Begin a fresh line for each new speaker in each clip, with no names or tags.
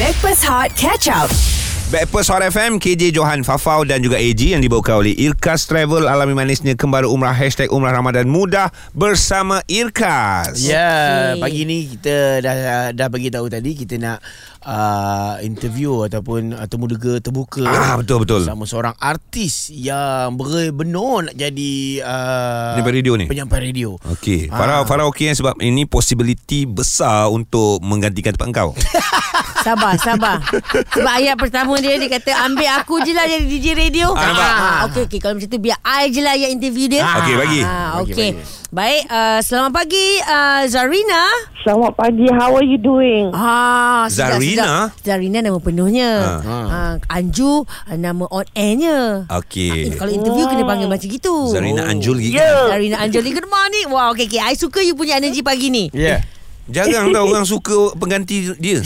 Backpass Hot Catch Up.
Backpast Hot FM KJ Johan Fafau dan juga AG Yang dibawa oleh Irkas Travel Alami manisnya Kembali Umrah Hashtag Umrah Ramadan Mudah Bersama Irkas
Ya, yeah,
Okey.
pagi ni kita dah dah bagi tahu tadi kita nak uh, interview ataupun uh, temu duga terbuka
Ah, betul, betul.
sama seorang artis yang benar-benar nak jadi uh,
Penyampaian radio ni? Ah.
Penyampai radio.
Okey, Farah, Farah okey kan sebab ini possibility besar untuk menggantikan tempat kau.
Sabar, sabar. Sebab ayat pertama dia dia kata ambil aku je lah jadi DJ radio.
Ah, nampak?
Okey okey kalau macam tu biar I je lah yang interview dia.
Ah,
okey, bagi.
Ah,
Bagi,
okey.
bagi.
Baik, uh, selamat pagi uh, Zarina.
Selamat pagi. How are you doing?
Ah, sedap,
Zarina?
sedap. Zarina nama penuhnya.
Ah.
Ah. Anju ah, nama on airnya. Eh,
Okey. Oh.
kalau interview kena panggil macam gitu.
Zarina Anjul lagi.
Ya.
Zarina Anjali good morning. Wow, okey okey. I suka you punya energy pagi ni.
Ya. Yeah.
Jarang tau orang suka pengganti dia.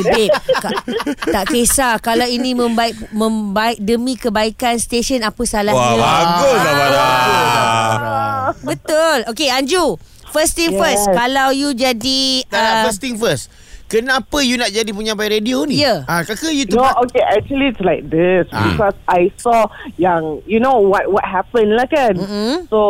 Eh babe ka- Tak kisah Kalau ini membaik membaik Demi kebaikan stesen Apa salahnya
Wah, bagus lah Farah.
Betul Okay Anju First thing
Yes.
first Kalau you jadi
Tak, uh,
uh,
first thing first. Kenapa you nak jadi penyampai radio ni?
Ya.
Ah, kakak you
No,
tempat
okay. Actually, it's like this
Ah.
because I saw yang you know what what happened lah kan. Mm-hmm. So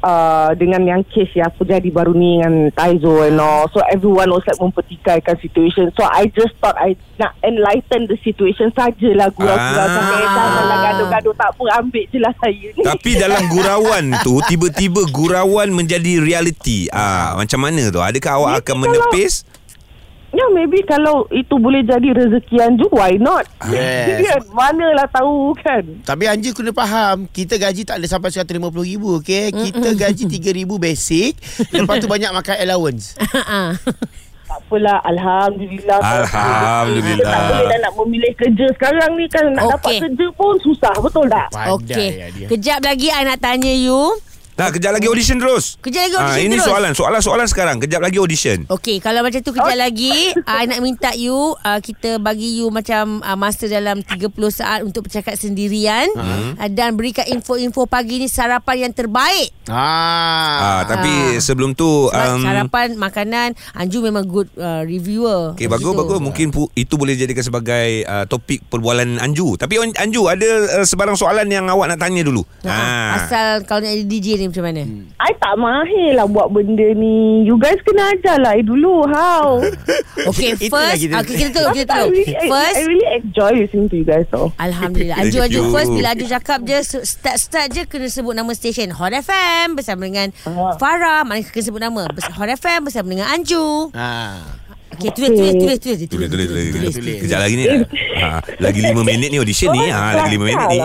uh, dengan yang kes yang terjadi baru ni dengan Taizo
Ah.
and all, so everyone was like mempertikaikan situation. So I just thought I nak enlighten the situation sajalah gurau-gurau
Ah.
sampai janganlah gaduh-gaduh tak pun ambil je lah saya ni.
Tapi dalam gurauan tu tiba-tiba gurauan menjadi realiti. Ah, macam mana tu? Adakah awak
Ni
akan
kalau-
menepis?
Ya maybe kalau itu boleh jadi rezeki Anju Why not
Yes.
Kan, Manalah tahu kan
Tapi Anji kena faham Kita gaji tak ada sampai RM150,000 okay? Kita gaji RM3,000 basic Lepas tu banyak makan allowance
uh-uh.
Tak apalah Alhamdulillah
Alhamdulillah.
Kita tak boleh dah nak memilih kerja Sekarang ni kan Nak
Okey.
dapat kerja pun susah Betul tak
Okay
ya dia.
Kejap lagi I nak tanya you
Nah, kejap lagi audition terus. Ah,
Kejap lagi audition
ini
terus.
soalan, soalan-soalan sekarang. Kejap lagi audition.
Okay Kalau macam tu kejap lagi I nak minta you uh, Kita bagi you macam uh, Masa dalam 30 saat Untuk bercakap sendirian uh-huh. uh, Dan berikan info-info pagi ni Sarapan yang terbaik
Ah,
Ah.
tapi sebelum tu
Sebab
um,
sarapan makanan Anju memang good uh, reviewer.
Okay, bagus
Gitu.
bagus mungkin pu, itu boleh jadikan sebagai uh, topik perbualan Anju. Tapi An- Anju ada uh, sebarang soalan yang awak nak tanya dulu. Ah.
Ha. Asal kalau nak jadi DJ ni macam mana? Hmm.
I tak mahir lah Buat benda ni You guys kena ajar lah I dulu How
Okay,
Itulah
first
kita-
okay, kita tahu kita
I
tahu.
really, I, I
First
really enjoy listening to you guys tau
Alhamdulillah Anju
Thank
Anju
you.
first Bila Anju cakap je se- Start-start je Kena sebut nama stesen Hot FM Bersama dengan
Ah.
Farah Mana kena sebut nama Bes- Hot FM Bersama dengan Anju
Ah.
Okay tulis tulis tulis tulis Oh,
Tulis, tulis, tulis, tulis,
tulis.
Kejap lagi ni. ha, lagi 5 minit ni audition ni. Ha, lagi 5 minit ni.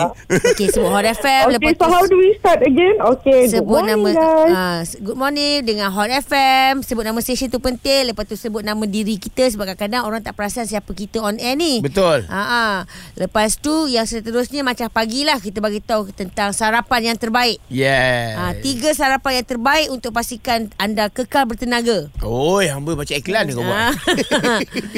Okay sebut Hot FM
Okay
Lepas
so how
tu
do we start again Okay
sebut
good
nama
morning, guys.
uh, good morning dengan Hot FM sebut nama station tu penting lepas tu sebut nama diri kita sebab kadang-kadang orang tak perasan siapa kita on air ni
Betul.
ha uh lepas tu yang seterusnya macam pagilah kita bagi tahu tentang sarapan yang terbaik
Yes.
ha, tiga sarapan yang terbaik untuk pastikan anda kekal bertenaga
Oi, hamba baca iklan ni kau buat.
Ah.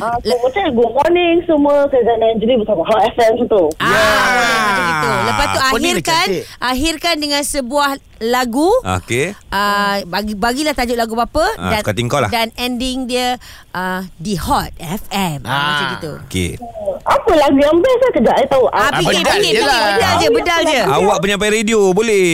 Ah, so macam good morning semua Sezana Anjali bersama Hot FM tu.
Ah, boleh macam gitu. Lepas tu
Apa ni dia
akhirkan
cantik?
akhirkan dengan sebuah lagu
Okey.
Uh, bagi bagilah tajuk lagu apa
Ah, suka hati kau lah.
dan ending dia uh, di Hot FM ah.
Ah.
macam gitu.
Okey.
Ah, Apa lagu yang best lah kejap I tahu.
Ah,
Ah,
fikir,
bedal
fikir,
je
fikir,
lah.
bedal je, bedal je.
Awak penyampai radio boleh.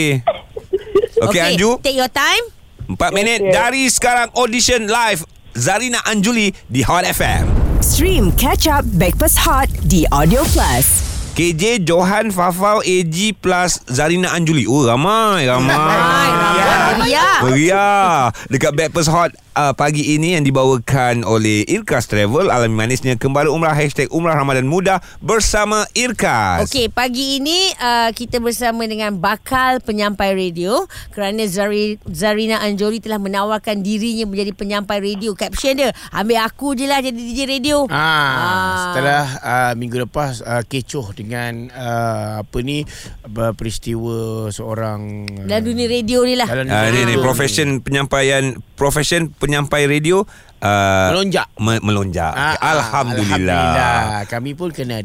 Ah, Okey okay, Anju,
Take your time.
4 minit dari sekarang audition live Zarina Anjuli di Hot FM.
Stream Catch Up Backpass Hot di Audio Plus.
KJ Johan Fafau AG plus Zarina Anjuli. Oh ramai ramai.
Ramai, ramai. Meriah.
Meriah. Dekat Backpast Hot uh, pagi ini yang dibawakan oleh Irkas Travel alami manisnya kembali umrah hashtag umrah Ramadan muda bersama Irkas.
Okey, pagi ini uh, kita bersama dengan bakal penyampai radio kerana Zari, Zarina Anjoli telah menawarkan dirinya menjadi penyampai radio. Caption dia, ambil aku je lah jadi DJ radio.
Ah, setelah uh, minggu lepas uh, kecoh dengan uh, apa ni apa, peristiwa seorang uh,
Dalam dunia radio ni lah.
dalam
Uh, ni, ni profession penyampaian profession penyampai radio uh,
melonjak.
me- melonjak.
Ah, ah,
Alhamdulillah.
Alhamdulillah. Kami pun kena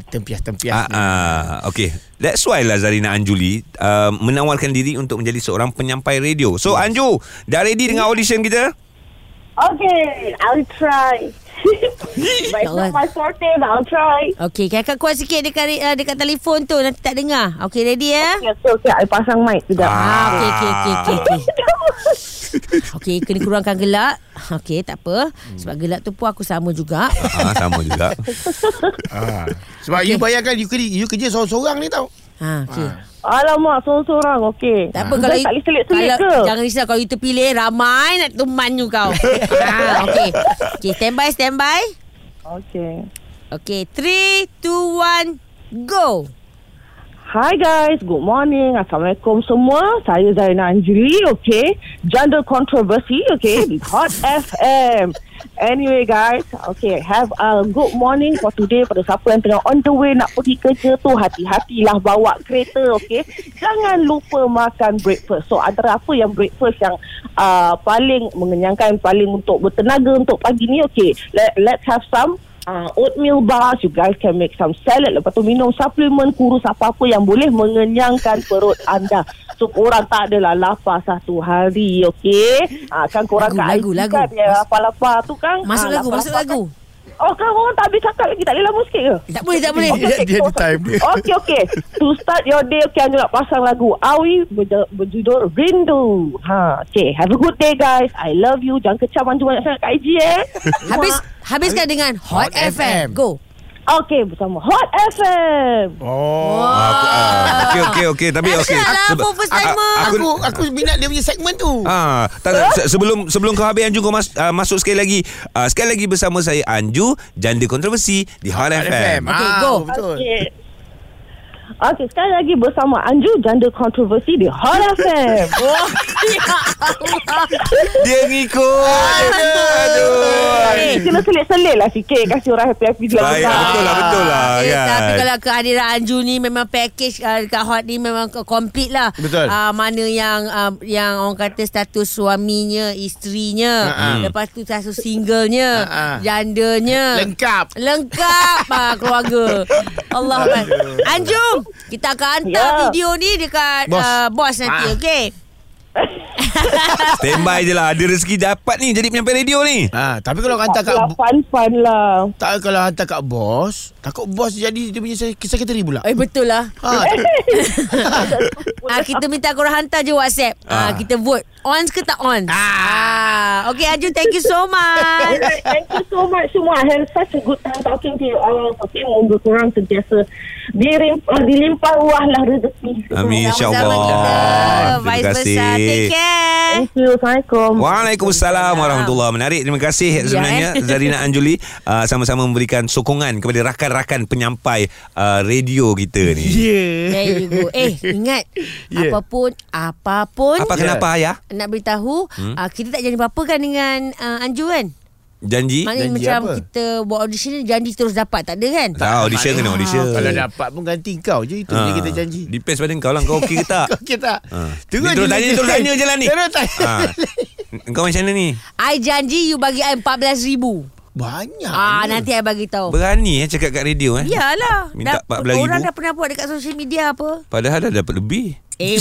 Ah,
tempias-tempias.
ah, okay. That's why lah Zarina Anjuli uh, menawarkan diri untuk menjadi seorang penyampai radio. So Anju, dah ready dengan audition kita?
Okay, I'll try. But it's not my forte, but I'll try.
Okey, kakak kuat sikit dekat uh, dekat telefon tu nanti tak dengar. Okey, ready ya?
Okay, so, okay, I pasang mic
Ah.
sekejap.
Ah, okey okey okey okey. Okey, Okey, kena kurangkan gelak. Okey, tak apa.
Hmm.
Sebab gelak tu pun aku sama juga.
Ah, sama juga.
Ah. Sebab okay. you bayangkan you kerja, you kerja seorang-seorang ni tau.
Ha, okey.
Ah.
Alamak, seorang-seorang, okay.
Tak apa kalau
Saya tak boleh selit-selit
kalau,
ke?
Jangan risau kalau you terpilih ramai nak tuman you kau. ha, okey. Okey, stand by stand by.
Okay.
Okey, 3 2 1 go.
Hi guys, good morning. Assalamualaikum semua. Saya Zaina Anjuli, okay. Gender controversy, okay. Di Hot FM. Anyway guys, okay. Have a good morning for today pada siapa yang tengah on the way nak pergi kerja tu. Hati-hatilah bawa kereta, okay. Jangan lupa makan breakfast. So antara apa yang breakfast yang uh, paling mengenyangkan, paling untuk bertenaga untuk pagi ni, okay. Let, let's have some uh, oatmeal bars you guys can make some salad lepas tu minum suplemen kurus apa-apa yang boleh mengenyangkan perut anda so korang tak adalah lapar satu hari okey ah kan korang
Lagu,
kat
lagu,
kan
lagu.
ya lapar-lapar tu kan
Masuk
Ah,
lagu, masuk
lapar-lapar
lagu.
kan. oh kan orang tak habis cakap lagi tak boleh lama sikit ke
Tak boleh, tak boleh.
Dia- dia ada time dia.
Okey, okey. To start your day, okay, Angela pasang lagu Awi berja- berjudul Rindu. Ha, okay. Have a good day, guys. I love you. Jangan kecam manja banyak sangat kat IG, eh.
Habis habiskan dengan Hot,
Hot
FM.
FM.
Go.
Okay, bersama Hot FM.
Oh.
Ah, aku- ah, Okey okey okey tapi
Dah
okey.
siap lah,
Sebe-
for first
ah, ah,
timer.
Aku
Aku aku minat dia punya segmen tu.
Ah, tak, tak, se- sebelum sebelum kau habis Anju kau mas, uh, masuk sekali lagi. Uh, sekali lagi bersama saya Anju Janda Kontroversi di Hot FM.
Okey,
Ah,
go.
Betul.
Okey. Okey, sekali lagi bersama Anju Janda Kontroversi di Hot FM.
Ah,
Dia ngikut.
Eh, Kena selit-selit lah sikit Kasih orang happy-happy juga
Baik,
Ustaz.
betul lah, betul lah,
Eh,
kan.
Tapi kalau kehadiran Anju ni memang package uh, dekat Hot ni memang k- complete lah.
Betul.
Uh, mana yang uh, yang orang kata status suaminya, isterinya,
Ha-ha.
lepas tu status singlenya,
Ha-ha.
jandanya.
Lengkap.
Lengkap ah, keluarga. Allah Akbar. Anjum, kita akan hantar
Ya.
video ni dekat bos,
Bos.
uh, bos nanti,
Ah.
okey?
Stand by je lah Ada rezeki dapat ni Jadi penyampai radio ni
Ah, tapi kalau hantar kat
Tak lah, fun-fun lah
tak kalau hantar kat bos, takut bos jadi dia punya se- sekretari pula.
Eh, betul lah.
Ha,
Ah, kita minta korang hantar je WhatsApp. Ah.
Ah.
kita vote. On ke tak on? Ah. Okay, Anjum, thank you so much.
Alright, Thank you so much semua I had such a good time Talking to you all Okay moga korang sentiasa dirim, uh, Dilimpah ruah lah rezeki
Sama-sama
Amin insyaAllah
kita. Vice versa. Take care.
Thank you Assalamualaikum
Waalaikumsalam warahmatullahi Menarik terima kasih
Ya,
sebenarnya
eh.
Zarina Anjuli uh, sama-sama memberikan sokongan kepada rakan-rakan penyampai uh, radio kita
Ya.
ni.
There you go. Eh, ingat.
Yeah.
Apapun, apapun.
Apa
Ya.
kenapa ayah?
nak beritahu hmm? uh, kita tak jadi apa-apa kan dengan uh, Anju kan?
Eh, Janji?
Maknanya
janji
macam
apa?
kita buat audition ni janji terus dapat tak ada kan?
Tak, audition kena audition.
Ah, kalau dapat pun ganti kau je itu
Ah.
je kita janji.
Depends pada kau lah Kau okey ke tak
Okey tak?
Ah.
Terus
Ni terus
je
tanya,
kita-
terus tanya je lah ni.
Terus tanya.
ha. Kau macam mana ni
I janji you bagi I 14,000.
Banyak.
Ah
ni.
nanti I bagi tahu.
Berani eh cakap kat radio eh
Ya. Yalah.
Minta
dah,
14,000.
orang dah pernah buat dekat social media apa?
Padahal dah dapat lebih
Eh,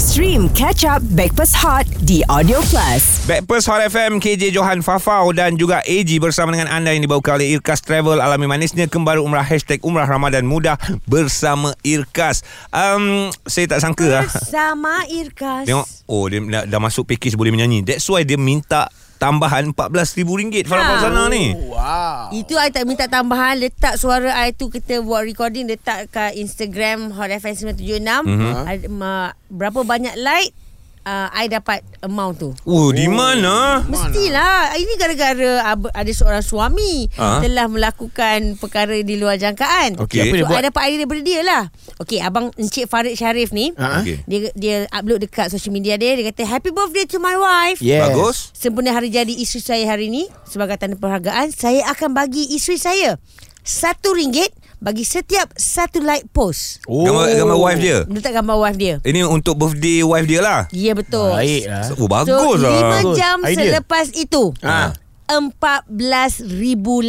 Stream Catch Up Backpass Hot di Audio Plus.
Backpers Hot FM KJ Johan Fafau dan juga AG bersama dengan anda yang dibawa oleh Irkas Travel Alami Manisnya Kembali Umrah Hashtag Umrah Ramadan Mudah bersama Irkas um, Saya tak sangka lah
sama Irkas.
Tengok Oh dia dah, dah masuk package boleh menyanyi That's why dia minta tambahan RM14,000 Farah
Ha.
Fauzana ni
Wow.
Itu I tak minta tambahan Letak suara I tu Kita buat recording Letak kat Instagram Hot FM 976
Mhm.
mm-hmm. Berapa banyak like uh, I dapat amount tu
Oh, di mana?
Mestilah Ini gara-gara ab- Ada seorang suami
Ah.
Telah melakukan Perkara di luar jangkaan
Okey.
Apa dia
So I
buat?
dapat idea daripada dia lah Okay Abang Encik Farid Syarif ni
Ah.
Okey.
Dia dia upload dekat social media dia Dia kata Happy birthday to my wife
Yes.
Bagus
Sempena hari jadi isteri saya hari ini Sebagai tanda perhargaan Saya akan bagi isteri saya Satu ringgit Bagi setiap satu like post
Oh.
Gambar, gambar wife dia
Letak gambar wife dia
Ini untuk birthday wife dia lah
Ya betul
Baik lah.
Oh bagus
So
lah Ha.
5 jam
Idea.
selepas itu
Ah.
14,000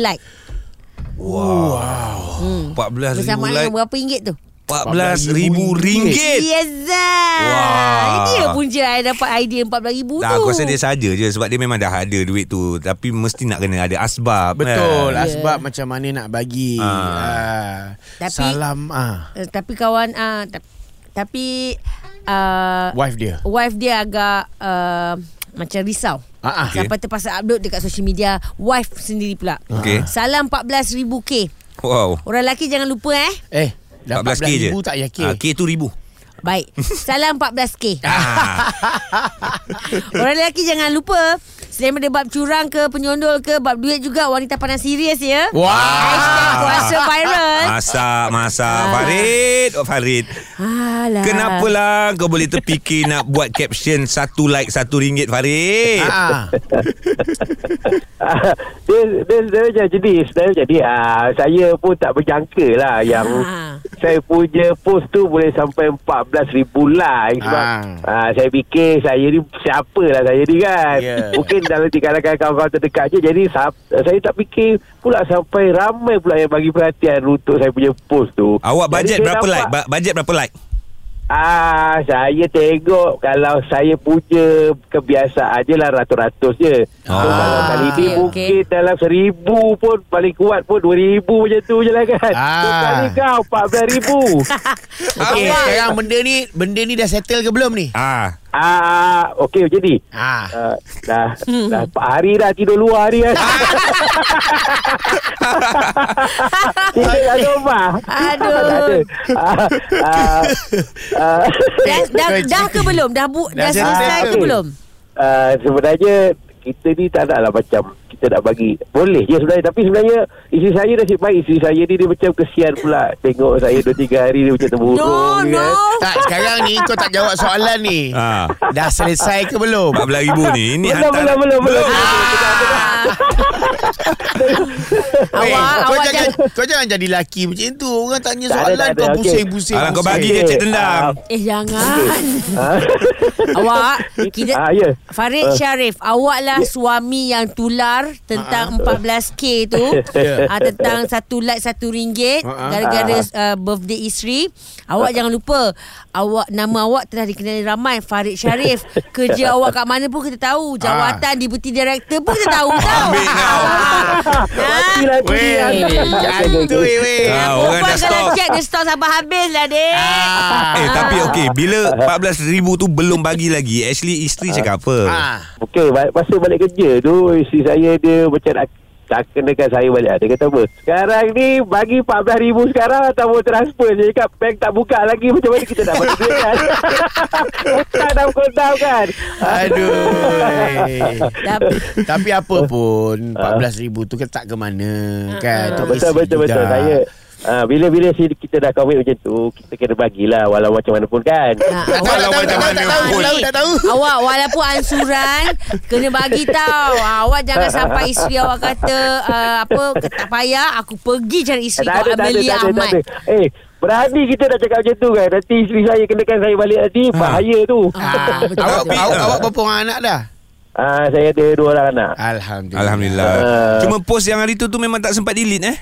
like
Wow, wow. 14,000
Bersamaan Hmm.
like
dengan berapa ringgit tu
RM14,000
Yes Zah
Wah.
Dia pun je I dapat idea RM14,000 tu
Nah, aku rasa dia saja je sebab dia memang dah ada duit tu tapi mesti nak kena ada asbab.
Betul
Kan?
yeah. Sebab macam mana nak bagi ah. Ah.
Tapi-
Salam ah.
Eh, Tapi kawan ah, ta- Tapi ah,
Wife dia
Wife dia agak ah, Macam risau
ah, ah.
Okay.
Okay. Sampai terpaksa upload dekat social media Wife sendiri pula
Okey.
Salam 14,000K
Wow.
Orang lelaki jangan lupa eh
Eh dah
14k je.
14,000 tak yakin
Ah, K tu ribu.
Baik Salam 14K
Ah.
Orang lelaki jangan lupa Selain daripada bab curang ke Penyondol ke Bab duit juga Wanita pandang serius ya
Wah
Hashtag Puasa viral
Masak, masak.
Ah.
Farid. Oh, Farid.
Alah.
Kenapalah kau boleh terfikir nak buat caption satu like satu ringgit Farid?
ah.
Ah, dia, dia, dia macam jenis Dia macam dia ah, Saya pun tak berjangka lah Yang
Ah.
saya punya post tu Boleh sampai 14,000 like Sebab ah.
Ah.
saya fikir Saya ni siapa lah saya ni kan
Ya.
Yeah.
Mungkin dalam di kalangan kawan-kawan terdekat je Jadi sa- saya tak fikir Pula sampai ramai pula yang bagi perhatian Untuk saya punya post tu
Awak
Jadi
bajet
saya
berapa
nampak-
like? Ba- bajet berapa like?
Ah, saya tengok kalau saya punya kebiasaan je lah ratus-ratus je. So,
Ah,
kalau kali
okey,
ni okay, mungkin dalam seribu pun paling kuat pun dua ribu macam tu je lah kan.
Ah.
So, kali kau empat belas ribu.
Okay sekarang benda ni Benda ni dah settle ke belum ni
Ah.
ah, okey macam ni.
Ah.
Ah, dah,
Hmm.
dah empat hari dah tidur luar hari kan. tidur kat rumah.
Aduh.
Tak ada. Ah, ah, ah.
Dah, dah, dah ke belum? Dah bu, dah,
Dah
dah selesai
settle.
ke belum?
uh, sebenarnya kita ni tak naklah macam kita nak bagi boleh je sebenarnya tapi sebenarnya isteri saya nasib baik isteri saya ni dia macam kesian pula tengok saya 2 3 hari dia macam terburung
No,
kan.
no.
Tak sekarang ni Kau tak jawab soalan ni
Ah.
Dah selesai ke belum
RM14,000 ni. Ini
Belum, belum, belum, belum.
Ah.
Weh,
Awak,
Eh, kau,
awak
jangan,
jangan.
kau jangan jadi laki macam tu Orang tanya
Tak ada,
soalan
tak ada,
Kau
okey.
pusing-pusing
Alah Ah, kau
pusing.
bagi je cek tendang.
Eh, jangan.
Ah.
awak, kita...
Ah, ya.
Farid Syarif, awaklah suami yang tular
Ah,
tentang 14K tu.
Ya.
Ah, tentang satu like satu ringgit.
Ah, ah.
Gara-gara ah, birthday isteri. Awak jangan lupa, awak nama awak telah dikenali ramai. Farid Syarif. Kerja awak kat mana pun kita tahu. Jawatan deputy director pun kita tahu tau.
Ah. Ambil kau.
Ah.
Mati lah tu
Weh
dia.
Jantui weh
Eh,
Ah, orang
Perempuan
dah
kalau
stop.
check Dia stok sampai habis lah dek
Ah.
Eh tapi okey bila 14,000 tu belum bagi lagi actually isteri cakap apa?
Ah.
Okey, ba- masa balik kerja tu isteri saya dia macam nak tak kenakan saya balik Ah, Dia kata apa Sekarang ni Bagi RM14,000 sekarang Atau mau transfer Dia cakap bank tak buka lagi Macam mana kita nak balik duit kan Hutang dah kodam kan
Aduh
Dah-
Tapi apa pun 14,000 tu kan tak ke mana kan Tu
Ah, Betul
isteri
betul
juga.
betul Saya ah, Bila-bila si- kita dah kahwin macam tu Kita kena bagilah Walau macam mana pun kan
Ah,
Tak tahu,
awak-
tak tahu, tak tahu, tak tahu,
Ah,
tak tahu,
ni.
tak tahu.
Awak walaupun ansuran Kena bagi tahu Ah, Awak jangan sampai isteri awak kata ah, Apa Tak payah Aku pergi cari isteri
Tak
Kau
ada, tak ada,
Amelia
tak ada, tak
Ahmad
ada. Eh, berani kita dah cakap macam tu kan. Nanti isteri saya kenakan saya balik nanti,
Ha.
bahaya tu.
Ah, betul.
Awak,
Tapi-
awak,
Kan?
ah.
awak berapa orang anak dah?
Ah, saya ada dua orang anak.
Alhamdulillah.
Alhamdulillah.
Ah.
Cuma post yang hari tu tu memang tak sempat delete eh.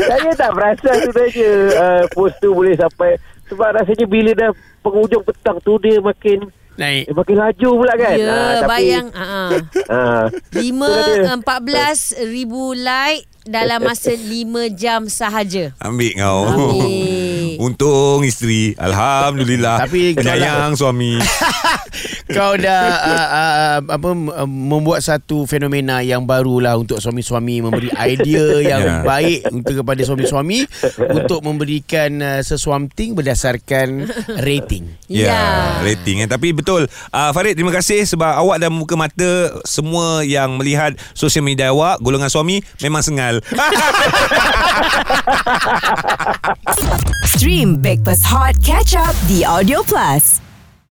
saya tak perasan sebenarnya uh, post tu boleh sampai. Sebab rasanya bila dah penghujung petang tu, dia makin
Naik.
eh, makin laju pula kan.
Ya
Ah,
bayang ah, ah.
Ah,
Lima
Betul dia.
Empat belas Ribu like Dalam masa lima jam sahaja
Ambil kau.
Ambil.
Untung isteri. Alhamdulillah.
Tapi kalau-
penyayang suami.
Kau dah uh, uh, apa uh, membuat satu fenomena yang barulah untuk suami-suami memberi idea yang
Ya.
yeah. baik untuk kepada suami-suami untuk memberikan uh, sesuamting berdasarkan rating.
Ya,
Ya.
yeah, rating eh. Tapi betul. Uh, Farid, terima kasih sebab awak dah membuka mata semua yang melihat sosial media awak, golongan suami memang sengal.
Stream Breakfast Hot Catch Up The Audio Plus.